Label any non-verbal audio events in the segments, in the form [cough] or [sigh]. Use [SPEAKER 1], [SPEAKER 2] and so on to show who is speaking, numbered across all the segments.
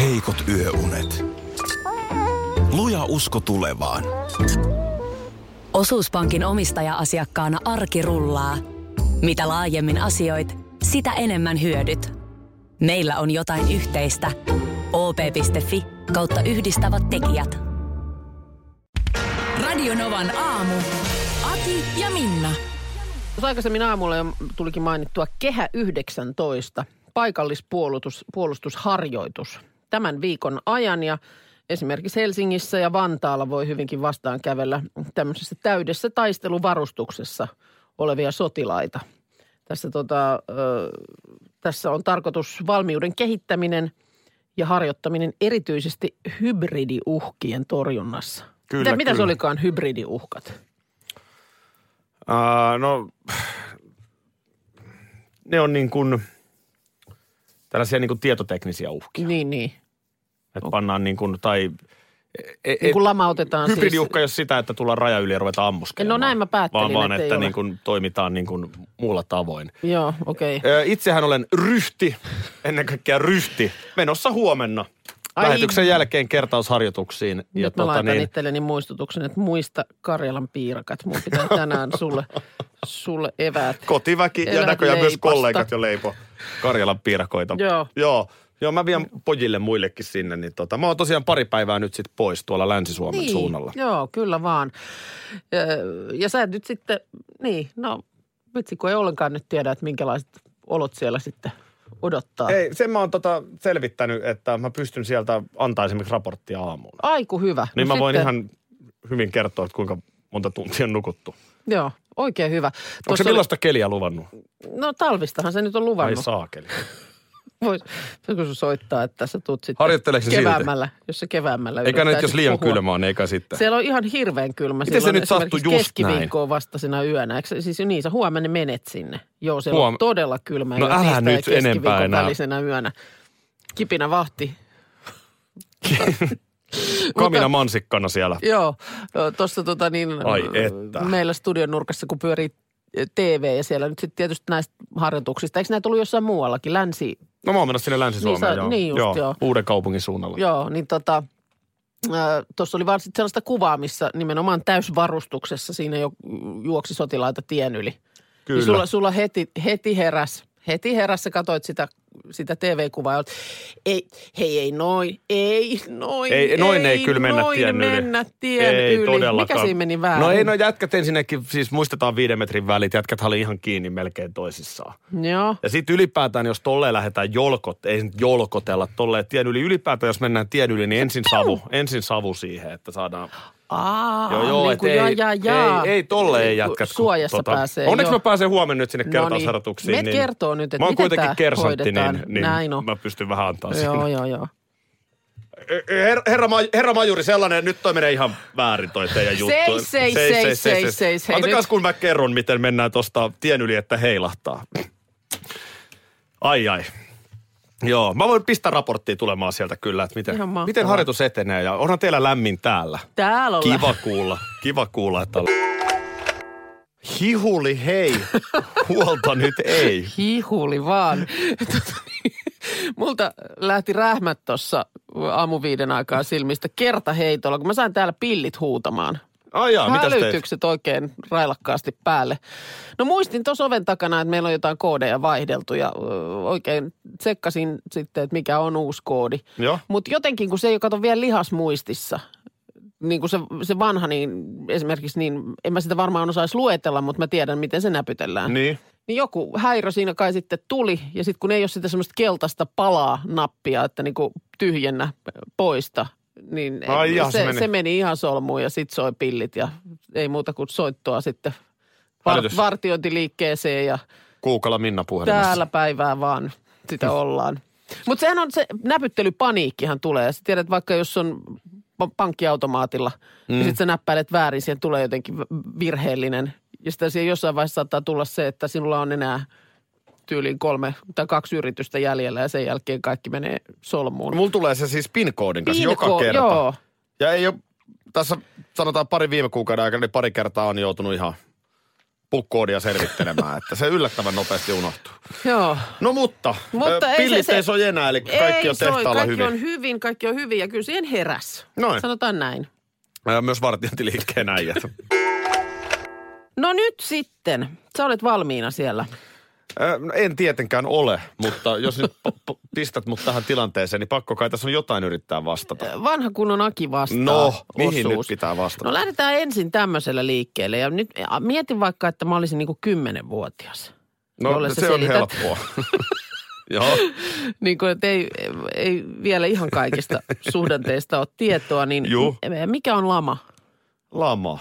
[SPEAKER 1] heikot yöunet. Luja usko tulevaan.
[SPEAKER 2] Osuuspankin omistaja-asiakkaana arki rullaa. Mitä laajemmin asioit, sitä enemmän hyödyt. Meillä on jotain yhteistä. op.fi kautta yhdistävät tekijät.
[SPEAKER 3] Radionovan aamu. Aki ja Minna.
[SPEAKER 4] Tuossa aikaisemmin aamulla jo tulikin mainittua Kehä 19, paikallispuolustusharjoitus tämän viikon ajan ja esimerkiksi Helsingissä ja Vantaalla voi hyvinkin vastaan kävellä tämmöisessä täydessä taisteluvarustuksessa olevia sotilaita. Tässä, tota, ö, tässä on tarkoitus valmiuden kehittäminen ja harjoittaminen erityisesti hybridiuhkien torjunnassa.
[SPEAKER 5] Kyllä,
[SPEAKER 4] mitä, mitä se
[SPEAKER 5] kyllä.
[SPEAKER 4] olikaan hybridiuhkat?
[SPEAKER 5] Ää, no, ne on niin kuin tällaisia niin kuin tietoteknisiä uhkia.
[SPEAKER 4] Niin, niin.
[SPEAKER 5] Että pannaan niin kuin, tai... E,
[SPEAKER 4] Niin kuin lamautetaan siis-
[SPEAKER 5] Hybridiuhka ei ole sitä, että tullaan raja yli ja ruvetaan ammuskelemaan.
[SPEAKER 4] No näin mä päättelin,
[SPEAKER 5] Vaan, vaan
[SPEAKER 4] ettei
[SPEAKER 5] että
[SPEAKER 4] ole.
[SPEAKER 5] niin kuin toimitaan niin kuin muulla tavoin.
[SPEAKER 4] Joo, okei. Okay.
[SPEAKER 5] Ö, Itsehän olen ryhti, ennen kaikkea ryhti, menossa huomenna.
[SPEAKER 4] Ai.
[SPEAKER 5] Lähetyksen jälkeen kertausharjoituksiin. tota
[SPEAKER 4] Nyt mä laitan niin... itselleni muistutuksen, että muista Karjalan piirakat. Mun pitää
[SPEAKER 5] [laughs]
[SPEAKER 4] tänään sulle, sulle eväät.
[SPEAKER 5] Kotiväki ja
[SPEAKER 4] Elät
[SPEAKER 5] näköjään myös
[SPEAKER 4] leipasta.
[SPEAKER 5] kollegat jo leipo Karjalan piirakoita.
[SPEAKER 4] [laughs] Joo.
[SPEAKER 5] Joo. Joo, mä vien pojille muillekin sinne. Niin tota, mä oon tosiaan pari päivää nyt sit pois tuolla Länsi-Suomen
[SPEAKER 4] niin,
[SPEAKER 5] suunnalla.
[SPEAKER 4] Joo, kyllä vaan. Öö, Ja sä et nyt sitten, niin, no vitsi kun ei ollenkaan nyt tiedä, että minkälaiset olot siellä sitten odottaa.
[SPEAKER 5] Ei, sen mä oon tota selvittänyt, että mä pystyn sieltä antaa esimerkiksi raporttia aamulla.
[SPEAKER 4] Aiku hyvä.
[SPEAKER 5] Niin mä
[SPEAKER 4] No
[SPEAKER 5] voin
[SPEAKER 4] sitten-
[SPEAKER 5] ihan hyvin kertoa, että kuinka monta tuntia on nukuttu.
[SPEAKER 4] Joo, oikein hyvä.
[SPEAKER 5] Onko se
[SPEAKER 4] Tuossa oli-
[SPEAKER 5] millaista keliä luvannut?
[SPEAKER 4] No talvistahan se nyt on
[SPEAKER 5] Vai
[SPEAKER 4] luvannut.
[SPEAKER 5] saakeli?
[SPEAKER 4] Vois, voisiko sun soittaa, että sä tuut sitten
[SPEAKER 5] Harjoitteleeko se
[SPEAKER 4] keväämällä, jos sä keväämällä
[SPEAKER 5] Eikä nyt,
[SPEAKER 4] yrittäisit
[SPEAKER 5] jos liian
[SPEAKER 4] puhua.
[SPEAKER 5] kylmä on, eikä sitten.
[SPEAKER 4] Siellä on ihan hirveän kylmä.
[SPEAKER 5] Miten se
[SPEAKER 4] silloin
[SPEAKER 5] nyt sattui
[SPEAKER 4] esimerkiksi
[SPEAKER 5] just
[SPEAKER 4] keskiviikkoon vastasena yöllä. Eikö, se- siis niin, sä huomenna menet sinne. Joo, siellä on
[SPEAKER 5] Huom-
[SPEAKER 4] todella kylmä.
[SPEAKER 5] No
[SPEAKER 4] ja
[SPEAKER 5] älä
[SPEAKER 4] tiistai- ja
[SPEAKER 5] nyt enempää
[SPEAKER 4] keskiviikon
[SPEAKER 5] enää.
[SPEAKER 4] välisenä yönä. Kipinä vahti.
[SPEAKER 5] [laughs] Kamina mansikkana siellä.
[SPEAKER 4] Joo, tuossa tota niin,
[SPEAKER 5] Ai että.
[SPEAKER 4] meillä studion nurkassa, kun pyörii TV ja siellä nyt sitten tietysti näistä harjoituksista. Eikö näitä ollut jossain muuallakin? Länsi,
[SPEAKER 5] No mä oon menossa sinne
[SPEAKER 4] Niin
[SPEAKER 5] Länsi-Suomeen.
[SPEAKER 4] sä- niin just, joo.
[SPEAKER 5] Uuden kaupungin suunnalla.
[SPEAKER 4] Joo, niin tota, ö, tuossa oli vaan sit sellaista kuvaa, missä nimenomaan täysvarustuksessa siinä jo juoksi sotilaita tien yli.
[SPEAKER 5] Kyllä.
[SPEAKER 4] Niin sulla, sulla heti, heti heräs, heti heräs, sä katsoit sitä, sitä TV-kuvaa, ja oot, ei, hei, ei noin, ei noin,
[SPEAKER 5] Ei, noin ei, kyllä mennä
[SPEAKER 4] noin
[SPEAKER 5] tien
[SPEAKER 4] mennä
[SPEAKER 5] yli.
[SPEAKER 4] tien
[SPEAKER 5] ei,
[SPEAKER 4] yli.
[SPEAKER 5] Todellakaan.
[SPEAKER 4] Mikä siinä meni väärin?
[SPEAKER 5] No ei, no jätkät ensinnäkin, siis muistetaan viiden metrin välit, jätkät oli ihan kiinni melkein toisissaan.
[SPEAKER 4] Joo,
[SPEAKER 5] Ja sitten ylipäätään, jos tolleen lähdetään jolkot, ei nyt jolkotella tolleen tien yli. Ylipäätään, jos mennään tien yli, niin ensin savu, ensin savu siihen, että saadaan.
[SPEAKER 4] Aa,
[SPEAKER 5] joo, joo,
[SPEAKER 4] niin
[SPEAKER 5] et
[SPEAKER 4] kuin,
[SPEAKER 5] ei,
[SPEAKER 4] jaa, jaa, jaa.
[SPEAKER 5] ei, ei tolleen ei
[SPEAKER 4] Niin kuin
[SPEAKER 5] jätkät. kun tota-
[SPEAKER 4] Suojassa pääsee,
[SPEAKER 5] Onneksi
[SPEAKER 4] joo.
[SPEAKER 5] mä pääsen huomenna nyt sinne
[SPEAKER 4] Noniin.
[SPEAKER 5] kertausharjoituksiin. niin-
[SPEAKER 4] Me kertoo nyt, että
[SPEAKER 5] Mä oon
[SPEAKER 4] miten
[SPEAKER 5] kuitenkin
[SPEAKER 4] tää
[SPEAKER 5] kersantti, niin,
[SPEAKER 4] hoidetaan.
[SPEAKER 5] niin
[SPEAKER 4] Näin on.
[SPEAKER 5] mä pystyn vähän antaa siinä.
[SPEAKER 4] Joo, joo, joo.
[SPEAKER 5] Herra, herra, Maj- herra Majuri, sellainen, nyt toi menee ihan väärin toi teidän juttu.
[SPEAKER 4] Seis, seis, seis, seis, seis, hei,
[SPEAKER 5] Antakaas
[SPEAKER 4] nyt.
[SPEAKER 5] kun mä kerron, miten mennään tuosta tien yli, että heilahtaa. Ai ai. Joo, mä voin pistää raporttia tulemaan sieltä kyllä, että miten,
[SPEAKER 4] Ihan mahtavaa.
[SPEAKER 5] miten harjoitus etenee ja onhan teillä lämmin täällä.
[SPEAKER 4] Täällä on
[SPEAKER 5] Kiva kuulla, kiva kuulla, että... Hihuli
[SPEAKER 4] [laughs]
[SPEAKER 5] hei, huolta nyt ei.
[SPEAKER 4] Hihuli vaan. [laughs] Tota niin, Multa lähti rähmät tuossa aamuviiden aikaa silmistä kertaheitolla, kun mä sain täällä pillit huutamaan.
[SPEAKER 5] Ai jaa, mitäs teit?
[SPEAKER 4] Hälytykset oikein railakkaasti päälle. No muistin tuossa oven takana, että meillä on jotain koodeja vaihdeltu ja ö, oikein tsekkasin sitten, että mikä on uusi koodi.
[SPEAKER 5] Joo.
[SPEAKER 4] Mutta jotenkin, kun se ei ole kato vielä lihasmuistissa, niin kuin se, se vanha, niin esimerkiksi, niin en mä sitä varmaan osaisi luetella, mutta mä tiedän, miten se näpytellään.
[SPEAKER 5] Niin.
[SPEAKER 4] Niin joku häirö siinä kai sitten tuli, ja sitten kun ei ole sitä semmoista keltaista palaa nappia, että niinku tyhjennä poista, niin
[SPEAKER 5] Ai jaa,
[SPEAKER 4] se,
[SPEAKER 5] se meni.
[SPEAKER 4] se meni ihan solmuun ja sitten soi pillit ja ei muuta kuin soittoa sitten
[SPEAKER 5] Hälytys.
[SPEAKER 4] var- vartiointiliikkeeseen ja
[SPEAKER 5] Kuukala Minna puhelimessa.
[SPEAKER 4] täällä päivää vaan sitä
[SPEAKER 5] Niin.
[SPEAKER 4] ollaan. Mutta sehän on se näpyttelypaniikkihan tulee. Sä tiedät vaikka jos on pa- pankkiautomaatilla mm. ja sitten sä näppäilet väärin, siihen tulee jotenkin v- virheellinen. Ja sitten siihen jossain vaiheessa saattaa tulla se, että sinulla on enää tyyliin kolme tai kaksi yritystä jäljellä ja sen jälkeen kaikki menee solmuun.
[SPEAKER 5] Mulla tulee se siis PIN-koodin kanssa joka
[SPEAKER 4] Pinko-
[SPEAKER 5] kerta.
[SPEAKER 4] Joo,
[SPEAKER 5] Ja ei ole, tässä sanotaan pari viime kuukauden aikana, niin pari kertaa on joutunut ihan pukkoodia
[SPEAKER 4] [laughs]
[SPEAKER 5] selvittelemään, että se yllättävän nopeasti unohtuu.
[SPEAKER 4] Joo.
[SPEAKER 5] No mutta,
[SPEAKER 4] Mutta
[SPEAKER 5] ö,
[SPEAKER 4] ei se-
[SPEAKER 5] pillit
[SPEAKER 4] se-
[SPEAKER 5] ei soi enää, eli kaikki
[SPEAKER 4] Ei
[SPEAKER 5] on
[SPEAKER 4] soi,
[SPEAKER 5] tehtaalla
[SPEAKER 4] kaikki
[SPEAKER 5] hyvin.
[SPEAKER 4] on hyvin, kaikki on hyvin ja kyllä siihen heräs.
[SPEAKER 5] Noin.
[SPEAKER 4] Sanotaan näin.
[SPEAKER 5] Ja myös vartiointiliikkeen äijät.
[SPEAKER 4] No nyt sitten. Sä olet valmiina siellä.
[SPEAKER 5] Ö, no en tietenkään ole, mutta jos nyt p- p- pistät mut tähän tilanteeseen, niin pakko kai tässä on jotain yrittää vastata.
[SPEAKER 4] Vanha kunnon Aki vastaa.
[SPEAKER 5] No, mihin
[SPEAKER 4] osuus.
[SPEAKER 5] nyt pitää vastata?
[SPEAKER 4] No lähdetään ensin tämmöisellä liikkeelle. Ja nyt ja mietin vaikka, että mä olisin niinku kymmenenvuotias. jolle
[SPEAKER 5] No
[SPEAKER 4] sä
[SPEAKER 5] se on
[SPEAKER 4] selität.
[SPEAKER 5] helppoa. [laughs] Joo,
[SPEAKER 4] Niin kuin, että ei, ei vielä ihan kaikista suhdanteista ole tietoa, niin
[SPEAKER 5] Juu.
[SPEAKER 4] mikä on lama?
[SPEAKER 5] lama.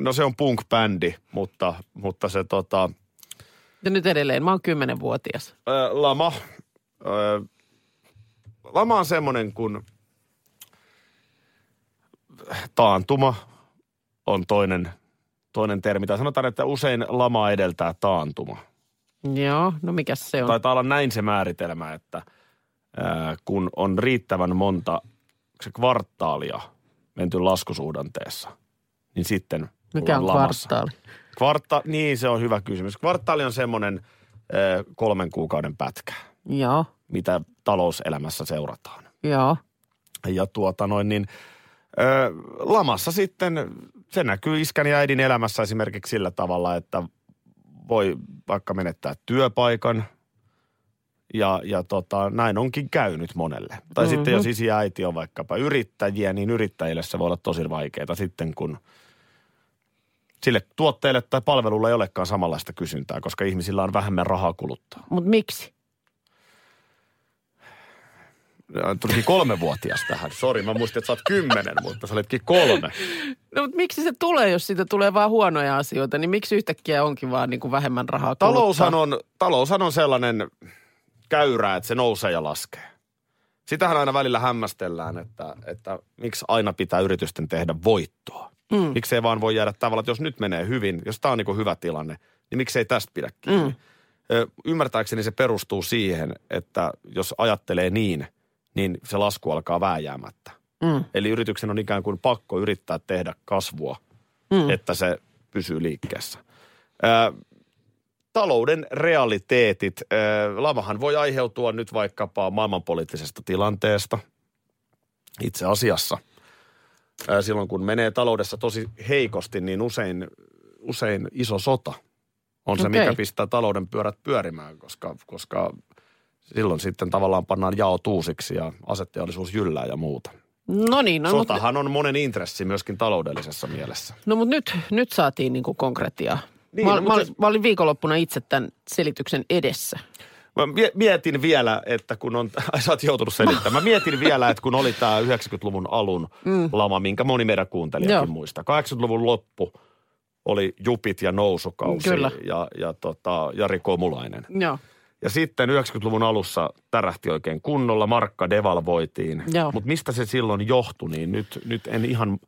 [SPEAKER 5] No se on punk-bändi, mutta, mutta se tota,
[SPEAKER 4] Ja nyt edelleen, mä oon kymmenenvuotias.
[SPEAKER 5] ö, lama. Ö, lama on semmoinen kuin taantuma on toinen, toinen termi. Tai sanotaan, että usein lama edeltää taantuma.
[SPEAKER 4] Joo, no mikä se on?
[SPEAKER 5] Taitaa olla näin se määritelmä, että ää, kun on riittävän monta se kvartaalia menty laskusuhdanteessa, niin sitten
[SPEAKER 4] Mikä on
[SPEAKER 5] ollaan lamassa.
[SPEAKER 4] kvartaali?
[SPEAKER 5] Kvartta, niin se on hyvä kysymys. Kvartaali on semmoinen ää, kolmen kuukauden pätkä,
[SPEAKER 4] Joo,
[SPEAKER 5] mitä talouselämässä seurataan.
[SPEAKER 4] joo.
[SPEAKER 5] Ja tuota noin niin, ö, lamassa sitten, se näkyy iskän ja äidin elämässä esimerkiksi sillä tavalla, että voi vaikka menettää työpaikan. Ja, ja tota, näin onkin käynyt monelle. Tai mm-hmm. sitten jos isi ja äiti on vaikkapa yrittäjiä, niin yrittäjille se voi olla tosi vaikeaa sitten, kun sille tuotteelle tai palvelulle ei olekaan samanlaista kysyntää, koska ihmisillä on vähemmän rahaa kuluttaa.
[SPEAKER 4] Mutta miksi?
[SPEAKER 5] Tulikin kolmevuotias tähän. Sori, mä muistin, että sä oot kymmenen, mutta sä olitkin kolme.
[SPEAKER 4] No mutta miksi se tulee, jos siitä tulee vaan huonoja asioita, niin miksi yhtäkkiä onkin vaan niin kuin vähemmän rahaa
[SPEAKER 5] Taloushan
[SPEAKER 4] kuluttaa?
[SPEAKER 5] on, taloushan on sellainen käyrä, että se nousee ja laskee. Sitähän aina välillä hämmästellään, että, että miksi aina pitää yritysten tehdä voittoa. Mm. Miksi ei vaan voi jäädä tavallaan, että jos nyt menee hyvin, jos tämä on niin hyvä tilanne, niin miksi ei tästä pidä kiinni? Mm. Ymmärtääkseni se perustuu siihen, että jos ajattelee niin, niin se lasku alkaa vääjäämättä.
[SPEAKER 4] Mm.
[SPEAKER 5] Eli yrityksen on ikään kuin pakko yrittää tehdä kasvua, mm. että se pysyy liikkeessä. Ö, talouden realiteetit. Ö, lamahan voi aiheutua nyt vaikkapa maailmanpoliittisesta tilanteesta itse asiassa. Ö, silloin kun menee taloudessa tosi heikosti, niin usein, usein iso sota on se, mikä
[SPEAKER 4] Okei.
[SPEAKER 5] pistää talouden pyörät pyörimään, koska, koska silloin sitten tavallaan pannaan jaot uusiksi ja asetteollisuus jyllää ja muuta.
[SPEAKER 4] No niin, no, mutta,
[SPEAKER 5] Sotahan on monen intressi myöskin taloudellisessa mielessä.
[SPEAKER 4] no, mut nyt, nyt saatiin niin kuin konkretiaa. Niin,
[SPEAKER 5] Niin,
[SPEAKER 4] mä, mä,
[SPEAKER 5] no, mut
[SPEAKER 4] olin,
[SPEAKER 5] se-
[SPEAKER 4] mä olin viikonloppuna itse tämän selityksen edessä.
[SPEAKER 5] Mä mie- mietin vielä, että kun on, [laughs] ai sä oot joutunut selittämään, mä mietin vielä, että kun oli tämä 90-luvun alun mm. lama, minkä moni meidän
[SPEAKER 4] Joo.
[SPEAKER 5] kuuntelijakin muistaa. 80-luvun loppu oli jupit ja nousukausi
[SPEAKER 4] Kyllä.
[SPEAKER 5] ja, ja tota, Jari Komulainen.
[SPEAKER 4] Joo.
[SPEAKER 5] Ja sitten 90-luvun alussa tärähti oikein kunnolla, markka devalvoitiin.
[SPEAKER 4] Joo.
[SPEAKER 5] Mutta mistä se silloin johtui, niin nyt, nyt en ihan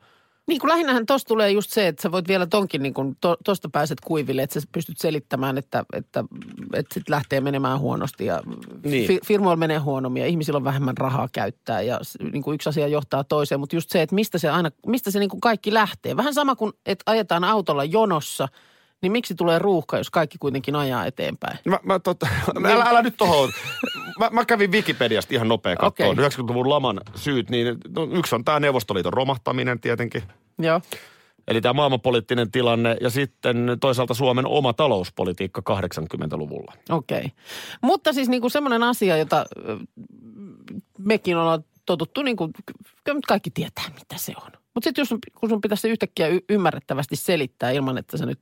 [SPEAKER 4] Niin kuin lähinnähän tuossa tulee just se, että sä voit vielä tonkin niin kuin, to, tosta pääset kuiville, että sä pystyt selittämään, että, että, että sit lähtee menemään huonosti ja niin. fi, firmoilla menee huonommin ja ihmisillä on vähemmän rahaa käyttää ja s- niin kuin yksi asia johtaa toiseen, mutta just se, että mistä se aina, mistä se niin kuin kaikki lähtee. Vähän sama kuin, että ajetaan autolla jonossa, niin miksi tulee ruuhka, jos kaikki kuitenkin ajaa eteenpäin?
[SPEAKER 5] Mä, mä tota,
[SPEAKER 4] [laughs] Niin.
[SPEAKER 5] älä, älä nyt tohon. Mä, mä kävin Wikipediasta ihan nopea kattoon.
[SPEAKER 4] Okei.
[SPEAKER 5] Okay. 90-luvun laman syyt, niin no, yksi on tämä Neuvostoliiton romahtaminen tietenkin.
[SPEAKER 4] Joo.
[SPEAKER 5] Eli tämä maailmanpoliittinen tilanne ja sitten toisaalta Suomen oma talouspolitiikka 80-luvulla.
[SPEAKER 4] Okei. Okay. Mutta siis niin kuin semmoinen asia, jota ö, mekin ollaan totuttu, niin kuin, kyllä nyt kaikki tietää, mitä se on. Mutta sitten jos sun- kun sun pitäisi se yhtäkkiä y- ymmärrettävästi selittää ilman, että sä nyt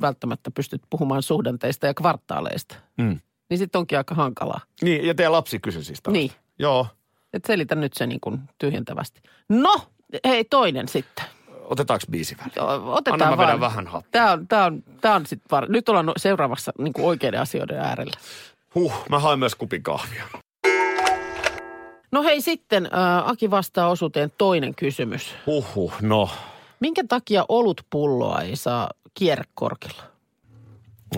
[SPEAKER 4] välttämättä pystyt puhumaan suhdanteista ja kvartaaleista,
[SPEAKER 5] Mm.
[SPEAKER 4] niin sitten onkin aika hankalaa.
[SPEAKER 5] Niin, ja teidän lapsi kysyi siis tällaista.
[SPEAKER 4] Niin,
[SPEAKER 5] Joo.
[SPEAKER 4] et selitä nyt se niin kuin tyhjentävästi. No, hei toinen sitten.
[SPEAKER 5] Otetaanko biisi väliin?
[SPEAKER 4] O- Otetaan
[SPEAKER 5] Anna mä
[SPEAKER 4] vaan.
[SPEAKER 5] vedän vähän happea.
[SPEAKER 4] Tämä on, tää on, tää on sit var... Nyt ollaan no- seuraavassa niin kuin oikeiden asioiden äärellä.
[SPEAKER 5] Huh, mä haen myös kupin kahvia.
[SPEAKER 4] No hei sitten, äh, Aki vastaa osuuteen toinen kysymys.
[SPEAKER 5] Huhhuh, no.
[SPEAKER 4] Minkä takia olutpulloa ei saa kierrekorkilla?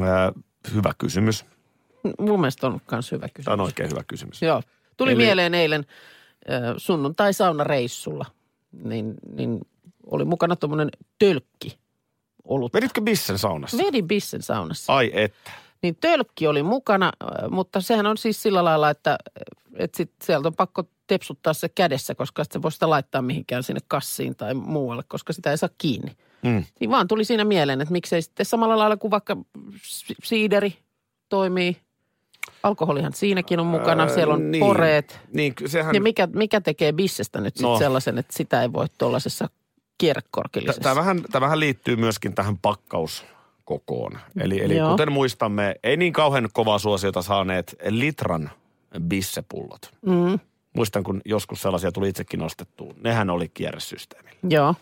[SPEAKER 5] Ää, Äh, hyvä kysymys.
[SPEAKER 4] M- Mun mielestä on myös hyvä kysymys.
[SPEAKER 5] Tämä on oikein hyvä kysymys.
[SPEAKER 4] Joo. Tuli Eli...
[SPEAKER 5] Eli-
[SPEAKER 4] mieleen eilen äh, sunnuntai-saunareissulla, niin, niin oli mukana tuommoinen tölkki ollut.
[SPEAKER 5] Veditkö bissen saunassa?
[SPEAKER 4] Vedin bissen saunassa.
[SPEAKER 5] Ai että.
[SPEAKER 4] Niin tölkki oli mukana, äh, mutta sehän on siis sillä lailla, että, että sit sieltä on pakko tepsuttaa se kädessä, koska et sä voi sitä laittaa mihinkään sinne kassiin tai muualle, koska sitä ei saa kiinni.
[SPEAKER 5] Mm.
[SPEAKER 4] Niin vaan tuli siinä mieleen, että miksei sitten samalla lailla kuin vaikka si- siideri toimii. Alkoholihan siinäkin on mukana,
[SPEAKER 5] Ää,
[SPEAKER 4] siellä on
[SPEAKER 5] niin.
[SPEAKER 4] niin. poreet.
[SPEAKER 5] Niin, ky- sehän...
[SPEAKER 4] Ja mikä, mikä tekee bissestä nyt sit
[SPEAKER 5] No.
[SPEAKER 4] no. sellaisen, että sitä ei voi tuollaisessa kierrekorkillisessa.
[SPEAKER 5] Tämä vähän, tää vähän liittyy myöskin tähän pakkauskokoon. Eli, eli
[SPEAKER 4] Joo.
[SPEAKER 5] kuten muistamme, ei niin kauhean kovaa suosiota saaneet litran bissepullot.
[SPEAKER 4] Mm,
[SPEAKER 5] Muistan, kun joskus sellaisia tuli itsekin ostettua. Nehän oli kierresysteemillä.
[SPEAKER 4] joo,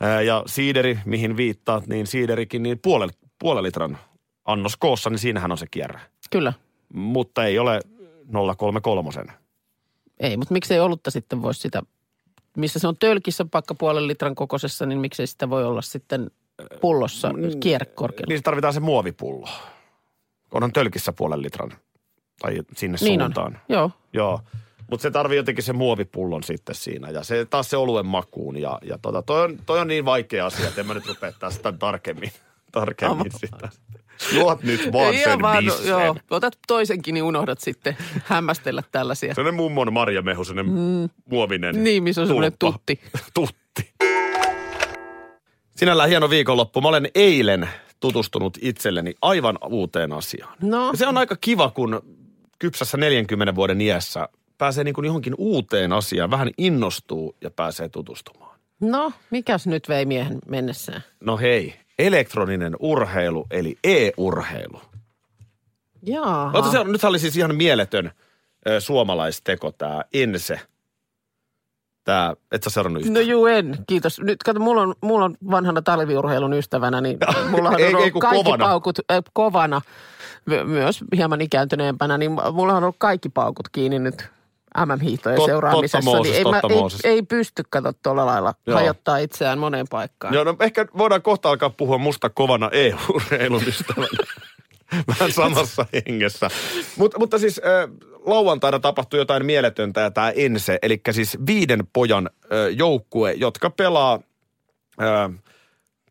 [SPEAKER 5] Ää, Ja siideri, mihin viittaat, niin siiderikin niin puolen, puolen litran annos koossa, niin siinähän on se kierre.
[SPEAKER 4] kyllä.
[SPEAKER 5] Mutta ei ole 033.
[SPEAKER 4] Ei, mutta miksei olutta sitten voi sitä, missä se on tölkissä vaikka puolen litran kokoisessa, niin miksei sitä voi olla sitten pullossa mm, kierrekorkilla.
[SPEAKER 5] Niin se tarvitaan se muovipullo. Onhan tölkissä puolen litran tai sinne
[SPEAKER 4] Niin on.
[SPEAKER 5] suuntaan.
[SPEAKER 4] Joo,
[SPEAKER 5] Joo, mutta se tarvii jotenkin sen muovipullon sitten siinä ja se taas se oluen makuun ja, ja tota, toi, on, toi on niin vaikea asia, että en mä nyt rupea tästä tän tarkemmin, [laughs] tarkemmin sitä. Juot nyt vaan
[SPEAKER 4] Ihan no,
[SPEAKER 5] sen vaan, bissen.
[SPEAKER 4] joo. Otat toisenkin, niin unohdat sitten [laughs] hämmästellä tällaisia.
[SPEAKER 5] Sellainen mummon marjamehu, sellainen mm. muovinen
[SPEAKER 4] Niin, missä on semmoinen
[SPEAKER 5] tulppa.
[SPEAKER 4] tutti.
[SPEAKER 5] [laughs] tutti. Sinällään hieno viikonloppu. Mä olen eilen tutustunut itselleni aivan uuteen asiaan.
[SPEAKER 4] No.
[SPEAKER 5] Ja se on aika kiva, kun kypsässä 40 vuoden iässä pääsee niin kuin johonkin uuteen asiaan, vähän innostuu ja pääsee tutustumaan.
[SPEAKER 4] No, mikäs nyt vei miehen mennessään?
[SPEAKER 5] No hei, elektroninen urheilu eli e-urheilu.
[SPEAKER 4] Jaa.
[SPEAKER 5] Ota se, nythän oli siis ihan mieletön ö, suomalaisteko tämä Ense. Tämä, et sä seurannut yhtään.
[SPEAKER 4] No juu en, kiitos. Nyt kato, mulla on, mulla on vanhana talviurheilun ystävänä, niin mulla on
[SPEAKER 5] [laughs] Ei- ei
[SPEAKER 4] ollut
[SPEAKER 5] kun
[SPEAKER 4] kaikki
[SPEAKER 5] kovana.
[SPEAKER 4] paukut äh, kovana, my- myös hieman ikääntyneempänä, niin mulla on ollut kaikki paukut kiinni nyt MM-hiihtojen
[SPEAKER 5] Tot-
[SPEAKER 4] seuraamisessa.
[SPEAKER 5] totta Mooses,
[SPEAKER 4] niin ei,
[SPEAKER 5] totta
[SPEAKER 4] ei,
[SPEAKER 5] Mooses.
[SPEAKER 4] ei, pysty kato tuolla lailla
[SPEAKER 5] Joo.
[SPEAKER 4] hajottaa itseään moneen paikkaan.
[SPEAKER 5] Joo, no ehkä voidaan kohta alkaa puhua musta kovana EU-reilun
[SPEAKER 4] [laughs]
[SPEAKER 5] ystävänä. Vähän samassa hengessä. Mut, mutta siis äh, lauantaina tapahtui jotain mieletöntä ja tämä Ense, eli siis viiden pojan äh, joukkue, jotka pelaa äh,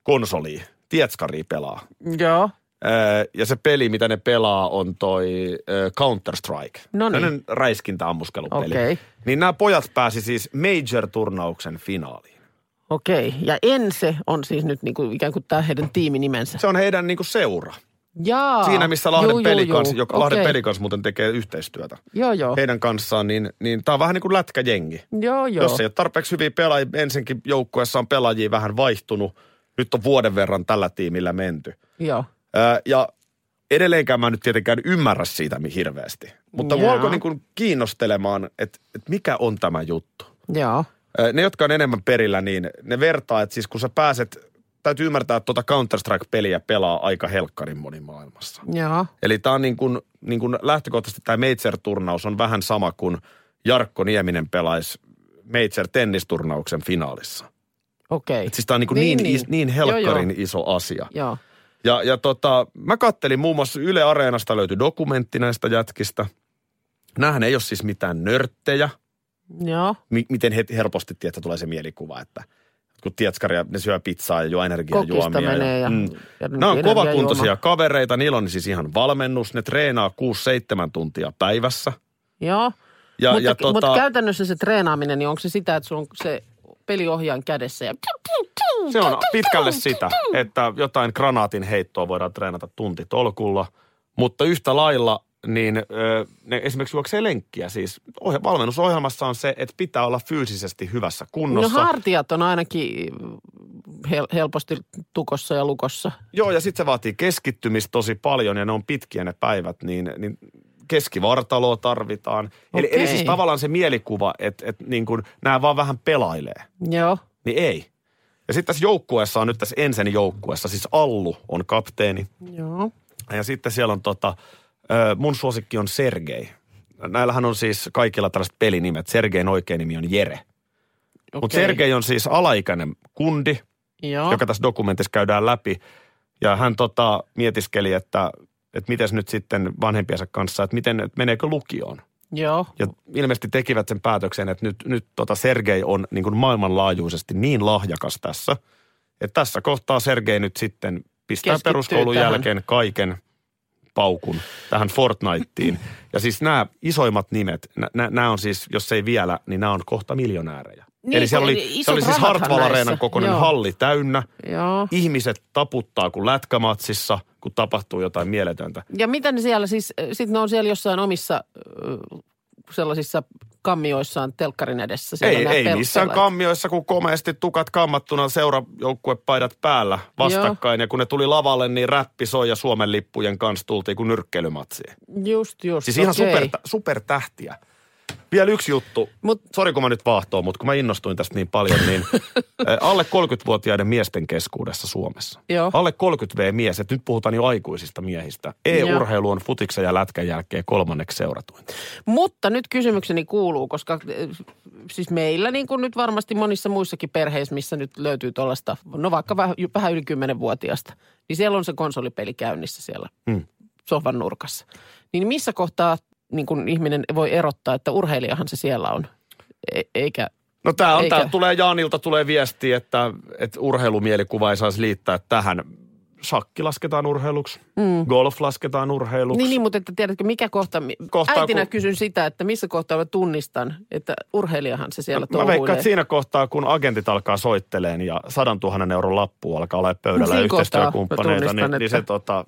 [SPEAKER 5] konsolia, tietskaria pelaa.
[SPEAKER 4] Joo.
[SPEAKER 5] Äh, ja se peli, mitä ne pelaa, on toi äh, Counter-Strike.
[SPEAKER 4] No niin.
[SPEAKER 5] Tällainen räiskintäammuskelupeli.
[SPEAKER 4] Okei.
[SPEAKER 5] Niin nämä pojat pääsi siis major-turnauksen finaaliin.
[SPEAKER 4] Okei, ja Ense on siis nyt niinku ikään kuin tämä heidän tiiminimensä.
[SPEAKER 5] Se on heidän niinku seura.
[SPEAKER 4] Jaa.
[SPEAKER 5] Siinä, missä Lahden,
[SPEAKER 4] Juu,
[SPEAKER 5] juu,
[SPEAKER 4] juu,
[SPEAKER 5] pelikans,
[SPEAKER 4] juu.
[SPEAKER 5] Joka, Lahden
[SPEAKER 4] Okei.
[SPEAKER 5] pelikans muuten tekee yhteistyötä
[SPEAKER 4] Joo, joo.
[SPEAKER 5] heidän kanssaan, niin, niin tämä on vähän niin kuin lätkäjengi.
[SPEAKER 4] Joo, joo.
[SPEAKER 5] Jos ei ole tarpeeksi hyviä pelaajia, ensinkin joukkueessa on pelaajia vähän vaihtunut. Nyt on vuoden verran tällä tiimillä menty.
[SPEAKER 4] Joo.
[SPEAKER 5] Ää, ja edelleenkään mä en nyt tietenkään ymmärrä siitä mi- hirveästi. Mutta mua
[SPEAKER 4] Jaa.
[SPEAKER 5] alkoi niin kuin kiinnostelemaan, että että mikä on tämä juttu.
[SPEAKER 4] Joo.
[SPEAKER 5] Ää, Ne, jotka on enemmän perillä, niin ne vertaa, että siis kun sä pääset, täytyy ymmärtää, että tuota Counter-Strike-peliä pelaa aika helkkarin moni maailmassa.
[SPEAKER 4] Joo.
[SPEAKER 5] Eli tämä on niin kuin, niin kuin lähtökohtaisesti tämä Major-turnaus on vähän sama kuin Jarkko Nieminen pelaisi Major-tennisturnauksen finaalissa.
[SPEAKER 4] Okei.
[SPEAKER 5] Et siis tämä on niin, kuin
[SPEAKER 4] Niin,
[SPEAKER 5] niin, niin.
[SPEAKER 4] niin.
[SPEAKER 5] Is, niin helkkarin joo, joo. iso asia.
[SPEAKER 4] Joo.
[SPEAKER 5] Ja, ja tota, mä kattelin muun muassa Yle Areenasta löytyi dokumentti näistä jätkistä. Nämähän ei ole siis mitään nörttejä.
[SPEAKER 4] Joo.
[SPEAKER 5] Mi- miten he, helposti tietää, tulee se mielikuva, että kun tietskaria, ne syö pizzaa ja juo
[SPEAKER 4] Kokista
[SPEAKER 5] energiajuomia.
[SPEAKER 4] menee ja...
[SPEAKER 5] mm.
[SPEAKER 4] ja
[SPEAKER 5] Nämä on
[SPEAKER 4] energiajuoma.
[SPEAKER 5] kovakuntoisia kavereita, niillä on siis ihan valmennus, ne treenaa 6-7 tuntia päivässä.
[SPEAKER 4] Joo,
[SPEAKER 5] Ja,
[SPEAKER 4] mutta,
[SPEAKER 5] ja
[SPEAKER 4] mutta
[SPEAKER 5] tota,
[SPEAKER 4] käytännössä se treenaaminen, niin onko se sitä, että sulla on se peliohjaan kädessä ja...
[SPEAKER 5] se on pitkälle sitä, että jotain granaatin heittoa voidaan treenata tuntitolkulla, mutta yhtä lailla niin ö, ne esimerkiksi juoksee lenkkiä siis. Ohje- valmennusohjelmassa on se, että pitää olla fyysisesti hyvässä
[SPEAKER 4] No
[SPEAKER 5] kunnossa.
[SPEAKER 4] hartiat on ainakin mm, hel- helposti tukossa ja lukossa.
[SPEAKER 5] Joo, ja sitten se vaatii keskittymistä tosi paljon, ja ne on pitkiä ne päivät, niin, niin keskivartaloa tarvitaan. Eli, eli
[SPEAKER 4] Okei.
[SPEAKER 5] siis tavallaan se mielikuva, että et niin kuin nämä vaan vähän pelailee,
[SPEAKER 4] Joo,
[SPEAKER 5] niin ei. Ja sitten tässä joukkueessa on nyt tässä ensin joukkueessa, siis Allu on kapteeni,
[SPEAKER 4] joo.
[SPEAKER 5] ja sitten siellä on tota, ö, mun suosikki on Sergei. Näillähän on siis kaikilla tällaiset pelinimet. Sergein oikea nimi on Jere. Mutta
[SPEAKER 4] okei.
[SPEAKER 5] Sergei on siis alaikäinen kundi,
[SPEAKER 4] Joo,
[SPEAKER 5] joka tässä dokumentissa käydään läpi. Ja hän tota, mietiskeli, että, että miten nyt sitten vanhempiensa kanssa, että miten, että meneekö lukioon.
[SPEAKER 4] joo.
[SPEAKER 5] Ja ilmeisesti tekivät sen päätöksen, että nyt, nyt tota Sergei on niin kuin maailmanlaajuisesti niin lahjakas tässä, Et tässä kohtaa Sergei nyt sitten pistää
[SPEAKER 4] Keskittyy
[SPEAKER 5] peruskoulun
[SPEAKER 4] tähän.
[SPEAKER 5] jälkeen kaiken paukun tähän Fortniteen. Ja siis nämä isoimmat nimet, nämä on siis, jos ei vielä, niin nämä on kohta miljonäärejä.
[SPEAKER 4] Niin,
[SPEAKER 5] Eli siellä
[SPEAKER 4] kun
[SPEAKER 5] oli,
[SPEAKER 4] isot
[SPEAKER 5] se oli siis
[SPEAKER 4] rahathan
[SPEAKER 5] Hartwall Areenan
[SPEAKER 4] näissä.
[SPEAKER 5] kokoinen
[SPEAKER 4] Joo.
[SPEAKER 5] halli täynnä.
[SPEAKER 4] Joo.
[SPEAKER 5] Ihmiset taputtaa kuin lätkämatsissa, kun tapahtuu jotain mieletöntä.
[SPEAKER 4] Ja mitä ne siellä siis, sitten ne on siellä jossain omissa ö, sellaisissa kammioissaan telkkarin edessä. siellä
[SPEAKER 5] Ei,
[SPEAKER 4] nämä
[SPEAKER 5] ei missään
[SPEAKER 4] pelttelät.
[SPEAKER 5] kammioissa, kun komeasti tukat kammattuna seurajoukkuepaidat päällä vastakkain. Ja kun ne tuli lavalle, niin räppi soi ja Suomen lippujen kanssa tultiin kuin nyrkkeilymatsiin.
[SPEAKER 4] Just, just.
[SPEAKER 5] Siis ihan
[SPEAKER 4] okei.
[SPEAKER 5] super, supertähtiä. Vielä yksi juttu.
[SPEAKER 4] Mut-
[SPEAKER 5] Mut, Sori, kun mä nyt vaahtoon, mutta kun mä innostuin tästä niin paljon,
[SPEAKER 4] [laughs]
[SPEAKER 5] niin eh, alle 30-vuotiaiden miesten keskuudessa Suomessa.
[SPEAKER 4] Joo.
[SPEAKER 5] Alle 30V-mies, että nyt puhutaan jo aikuisista miehistä. E-urheilu on futiksen ja lätkän jälkeen kolmanneksi seuratuin.
[SPEAKER 4] Mutta nyt kysymykseni kuuluu, koska eh, siis meillä niin kuin nyt varmasti monissa muissakin perheissä, missä nyt löytyy tuollaista, no vaikka vähän, vähän yli 10-vuotiaasta, niin siellä on se konsolipeli käynnissä siellä
[SPEAKER 5] Mm.
[SPEAKER 4] sohvan nurkassa. Niin missä kohtaa niin kuin ihminen voi erottaa, että urheilijahan se siellä on, e- eikä
[SPEAKER 5] No tää on,
[SPEAKER 4] Eikä-
[SPEAKER 5] tää tulee Jaanilta tulee viesti, että, että urheilumielikuva ei saisi liittää tähän. Shakki lasketaan urheiluksi, mm. golf lasketaan urheiluksi.
[SPEAKER 4] Niin, niin, mutta että tiedätkö, mikä kohta, mi-
[SPEAKER 5] Kohtaa,
[SPEAKER 4] äitinä
[SPEAKER 5] kun-
[SPEAKER 4] kysyn sitä, että missä kohtaa mä tunnistan, että urheilijahan se siellä
[SPEAKER 5] Mä
[SPEAKER 4] touhuilee.
[SPEAKER 5] veikkaan, että siinä kohtaa, kun agentit alkaa soitteleen ja sadan tuhannen euron lappu alkaa olla pöydällä
[SPEAKER 4] Siinä
[SPEAKER 5] ja
[SPEAKER 4] kohtaa mä
[SPEAKER 5] yhteistyökumppaneita,
[SPEAKER 4] tunnistan,
[SPEAKER 5] niin, niin
[SPEAKER 4] että
[SPEAKER 5] se tota,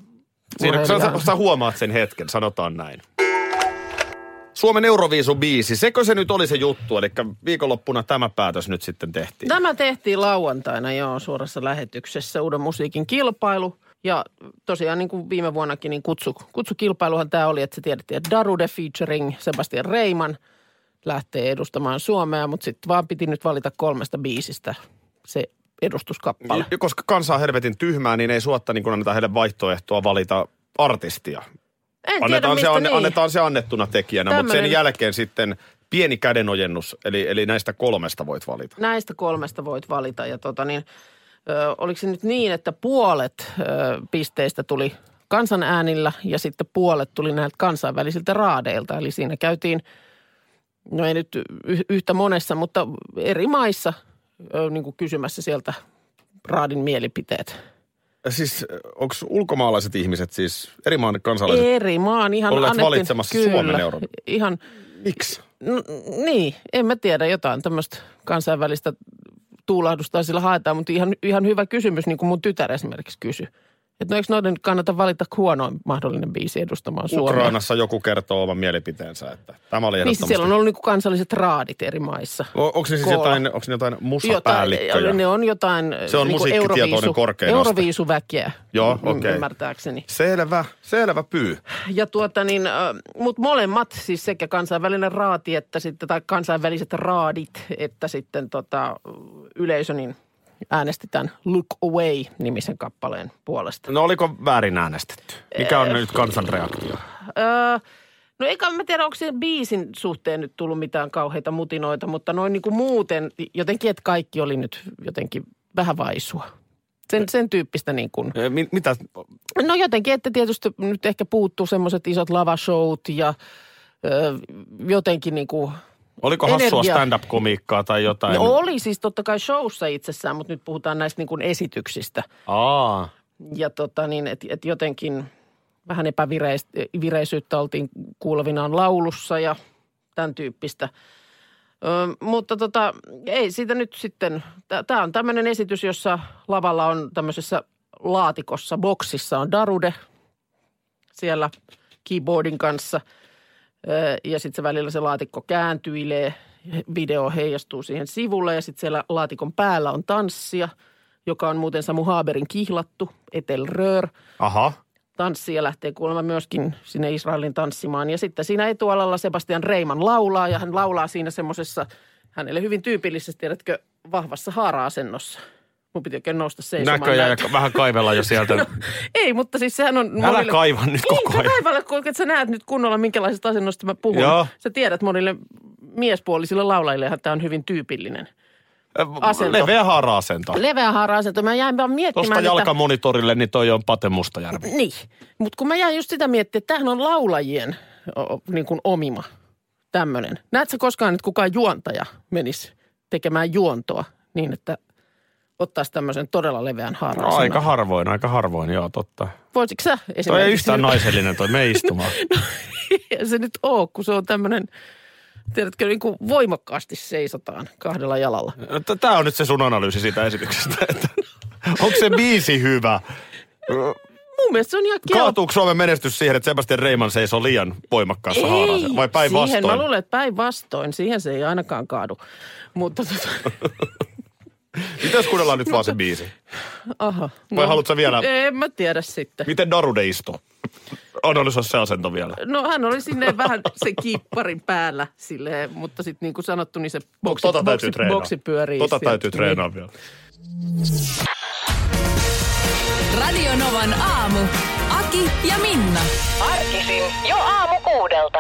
[SPEAKER 5] siinä, sä, sä,
[SPEAKER 4] urheilija.
[SPEAKER 5] sä huomaat sen hetken, sanotaan näin. Suomen Euroviisu biisi, sekö se nyt oli se juttu? Eli viikonloppuna tämä päätös nyt sitten tehtiin.
[SPEAKER 4] Tämä tehtiin lauantaina joo suorassa lähetyksessä, uuden musiikin kilpailu. Ja tosiaan niin kuin viime vuonnakin, niin kutsu, kutsukilpailuhan tämä oli, että se tiedettiin, että Darude featuring Sebastian Reiman lähtee edustamaan Suomea, mutta sitten vaan piti nyt valita kolmesta biisistä se edustuskappale.
[SPEAKER 5] Ja Koska kansa on helvetin tyhmää, niin ei suotta niin kun anneta heille vaihtoehtoa valita artistia.
[SPEAKER 4] En tiedä,
[SPEAKER 5] Annetaan
[SPEAKER 4] mistä
[SPEAKER 5] se, anne,
[SPEAKER 4] niin.
[SPEAKER 5] niin. annetaan se annettuna tekijänä, mutta sen
[SPEAKER 4] Tämmönen-
[SPEAKER 5] jälkeen sitten pieni kädenojennus, eli, eli näistä kolmesta voit valita.
[SPEAKER 4] näistä kolmesta voit valita. Ja tota niin, ö, oliko se nyt niin, että puolet ö, pisteistä tuli kansanäänillä ja sitten puolet tuli näiltä kansainvälisiltä raadeilta. Eli siinä käytiin, no ei nyt y- yhtä monessa, mutta eri maissa ö, niin kuin kysymässä sieltä raadin mielipiteet.
[SPEAKER 5] Siis onko ulkomaalaiset ihmiset, siis eri maan kansalaiset,
[SPEAKER 4] Eri maan ihan
[SPEAKER 5] olleet
[SPEAKER 4] annettiin-
[SPEAKER 5] valitsemassa Suomen euron?
[SPEAKER 4] Ihan,
[SPEAKER 5] miksi?
[SPEAKER 4] No, niin, en mä tiedä jotain tämmöistä kansainvälistä tuulahdusta sillä haetaan, mutta ihan, ihan hyvä kysymys, niin kuin mun tytär esimerkiksi kysyi. Että no eikö noiden nyt kannata valita huonoin mahdollinen biisi edustamaan Suomea?
[SPEAKER 5] Ukrainassa joku kertoo oman mielipiteensä, että tämä oli
[SPEAKER 4] Niin siis siellä on
[SPEAKER 5] ehdottomasti.
[SPEAKER 4] ollut niin kuin kansalliset raadit eri maissa.
[SPEAKER 5] Onko ne siis
[SPEAKER 4] Koolla.
[SPEAKER 5] jotain, onko ne jotain musapäällikköjä?
[SPEAKER 4] ne on jotain
[SPEAKER 5] Se on
[SPEAKER 4] niin kuin
[SPEAKER 5] musiikkitietoinen korkein aste.
[SPEAKER 4] Euroviisuväkeä,
[SPEAKER 5] Joo,
[SPEAKER 4] y-
[SPEAKER 5] okei.
[SPEAKER 4] ymmärtääkseni.
[SPEAKER 5] Selvä, selvä pyy.
[SPEAKER 4] Ja tuota niin, mutta molemmat, siis sekä kansainvälinen raati että sitten, tai kansainväliset raadit, että sitten tota, yleisö, niin äänesti tämän Look Away-nimisen kappaleen puolesta.
[SPEAKER 5] No oliko väärin äänestetty? Mikä on nyt kansan reaktio?
[SPEAKER 4] Öö, no eikä mä tiedä, onko sen biisin suhteen nyt tullut mitään kauheita mutinoita, mutta noin niin kuin muuten jotenkin, että kaikki oli nyt jotenkin vähän vaisua. Sen, sen tyyppistä niin kuin
[SPEAKER 5] Mitä?
[SPEAKER 4] No jotenkin, että tietysti nyt ehkä puuttuu semmoiset isot lavashowt ja ö, jotenkin niin kuin,
[SPEAKER 5] Oliko
[SPEAKER 4] Energia.
[SPEAKER 5] hassua stand-up-komiikkaa tai jotain?
[SPEAKER 4] no oli siis totta kai showssa itsessään, mutta nyt puhutaan näistä niin kuin esityksistä.
[SPEAKER 5] Aa.
[SPEAKER 4] Ja tota niin, että et jotenkin vähän epävireisyyttä oltiin kuulevinaan laulussa ja tämän tyyppistä. Ö, mutta tota, ei siitä nyt sitten, tämä on tämmöinen esitys, jossa lavalla on tämmöisessä laatikossa, boksissa on Darude siellä keyboardin kanssa. Ö, Ja sitten se välillä se laatikko kääntyilee, video heijastuu siihen sivulle ja sitten siellä laatikon päällä on tanssia, joka on muuten Samu Haaberin kihlattu, Etel Rör –
[SPEAKER 5] Aha.
[SPEAKER 4] tanssia lähtee kuulemma myöskin sinne Israelin tanssimaan. Ja sitten siinä etualalla Sebastian Reiman laulaa ja hän laulaa siinä semmoisessa hänelle hyvin tyypillisessä, tiedätkö, vahvassa haara-asennossa. Mun piti oikein nousta seisomaan.
[SPEAKER 5] Näköjään
[SPEAKER 4] näyttä-
[SPEAKER 5] vähän kaivella
[SPEAKER 4] [laughs]
[SPEAKER 5] jo sieltä.
[SPEAKER 4] Ei, mutta siis sehän on...
[SPEAKER 5] Älä kaiva nyt
[SPEAKER 4] No, Niin,
[SPEAKER 5] koko
[SPEAKER 4] Niin,
[SPEAKER 5] ajan.
[SPEAKER 4] kaivalla, kun että sä näet nyt kunnolla, minkälaisesta asennosta mä puhun.
[SPEAKER 5] Joo.
[SPEAKER 4] Sä tiedät monille miespuolisille laulajille, tämä on hyvin tyypillinen. Asento.
[SPEAKER 5] Leveä haara-asento.
[SPEAKER 4] Leveä haara-asento. Mä jäin vaan miettimään,
[SPEAKER 5] Tuosta
[SPEAKER 4] että-
[SPEAKER 5] jalkamonitorille, niin toi on Pate Mustajärvi.
[SPEAKER 4] Niin, mutta kun mä jäin just sitä miettiä, että tämähän on laulajien o, niin kuin omima tämmöinen. Näetkö koskaan, että kukaan juontaja menisi tekemään juontoa niin, että ottaisi tämmöisen todella leveän haaran
[SPEAKER 5] No, Aika
[SPEAKER 4] sanaan.
[SPEAKER 5] harvoin, aika harvoin, joo, totta.
[SPEAKER 4] Voisitko sä
[SPEAKER 5] Toi ei
[SPEAKER 4] esimerkiksi...
[SPEAKER 5] yhtään naisellinen toi,
[SPEAKER 4] [laughs]
[SPEAKER 5] me istumaan.
[SPEAKER 4] ei se nyt ole, kun se on tämmöinen, tiedätkö, niin kuin voimakkaasti seisotaan kahdella jalalla.
[SPEAKER 5] Tämä on nyt se sun analyysi siitä esityksestä, että onko se biisi hyvä?
[SPEAKER 4] Mun mielestä se on ihan kelpo.
[SPEAKER 5] Kaatuuko Suomen menestys siihen, että Sebastian Reiman seisoo liian voimakkaassa haarassa? Vai
[SPEAKER 4] Siihen, mä
[SPEAKER 5] päinvastoin?
[SPEAKER 4] luulen, että päinvastoin. Siihen se ei ainakaan kaadu. Mutta
[SPEAKER 5] [laughs]
[SPEAKER 4] tota,
[SPEAKER 5] Mitä jos kuunnellaan nyt vaan
[SPEAKER 4] No-
[SPEAKER 5] se biisi?
[SPEAKER 4] aha. no.
[SPEAKER 5] Vai haluatko sä vielä-
[SPEAKER 4] En mä tiedä sitten.
[SPEAKER 5] Miten Darude istuu? Analysoi se asento vielä.
[SPEAKER 4] No hän oli sinne vähän se kiipparin päällä silleen, mutta sitten niin kuin sanottu, niin se boksi,
[SPEAKER 5] tota
[SPEAKER 4] boksi,
[SPEAKER 5] täytyy treenaa.
[SPEAKER 4] boksi pyörii. niin.
[SPEAKER 5] Tota
[SPEAKER 4] siellä.
[SPEAKER 5] täytyy treenaa vielä.
[SPEAKER 3] Radio Novan aamu. Aki ja Minna.
[SPEAKER 6] Arkisin jo aamu kuudelta.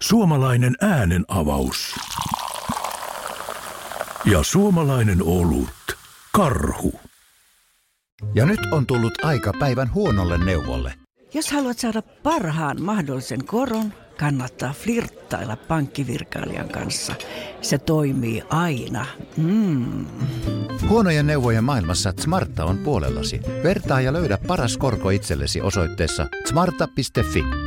[SPEAKER 1] Suomalainen äänen avaus. Ja suomalainen olut. Karhu.
[SPEAKER 7] Ja nyt on tullut aika päivän huonolle neuvolle.
[SPEAKER 8] Jos haluat saada parhaan mahdollisen koron, kannattaa flirttailla pankkivirkailijan kanssa. Se toimii aina. Mm.
[SPEAKER 7] Huonojen neuvojen maailmassa Smarta on puolellasi. Vertaa ja löydä paras korko itsellesi osoitteessa smarta.fi.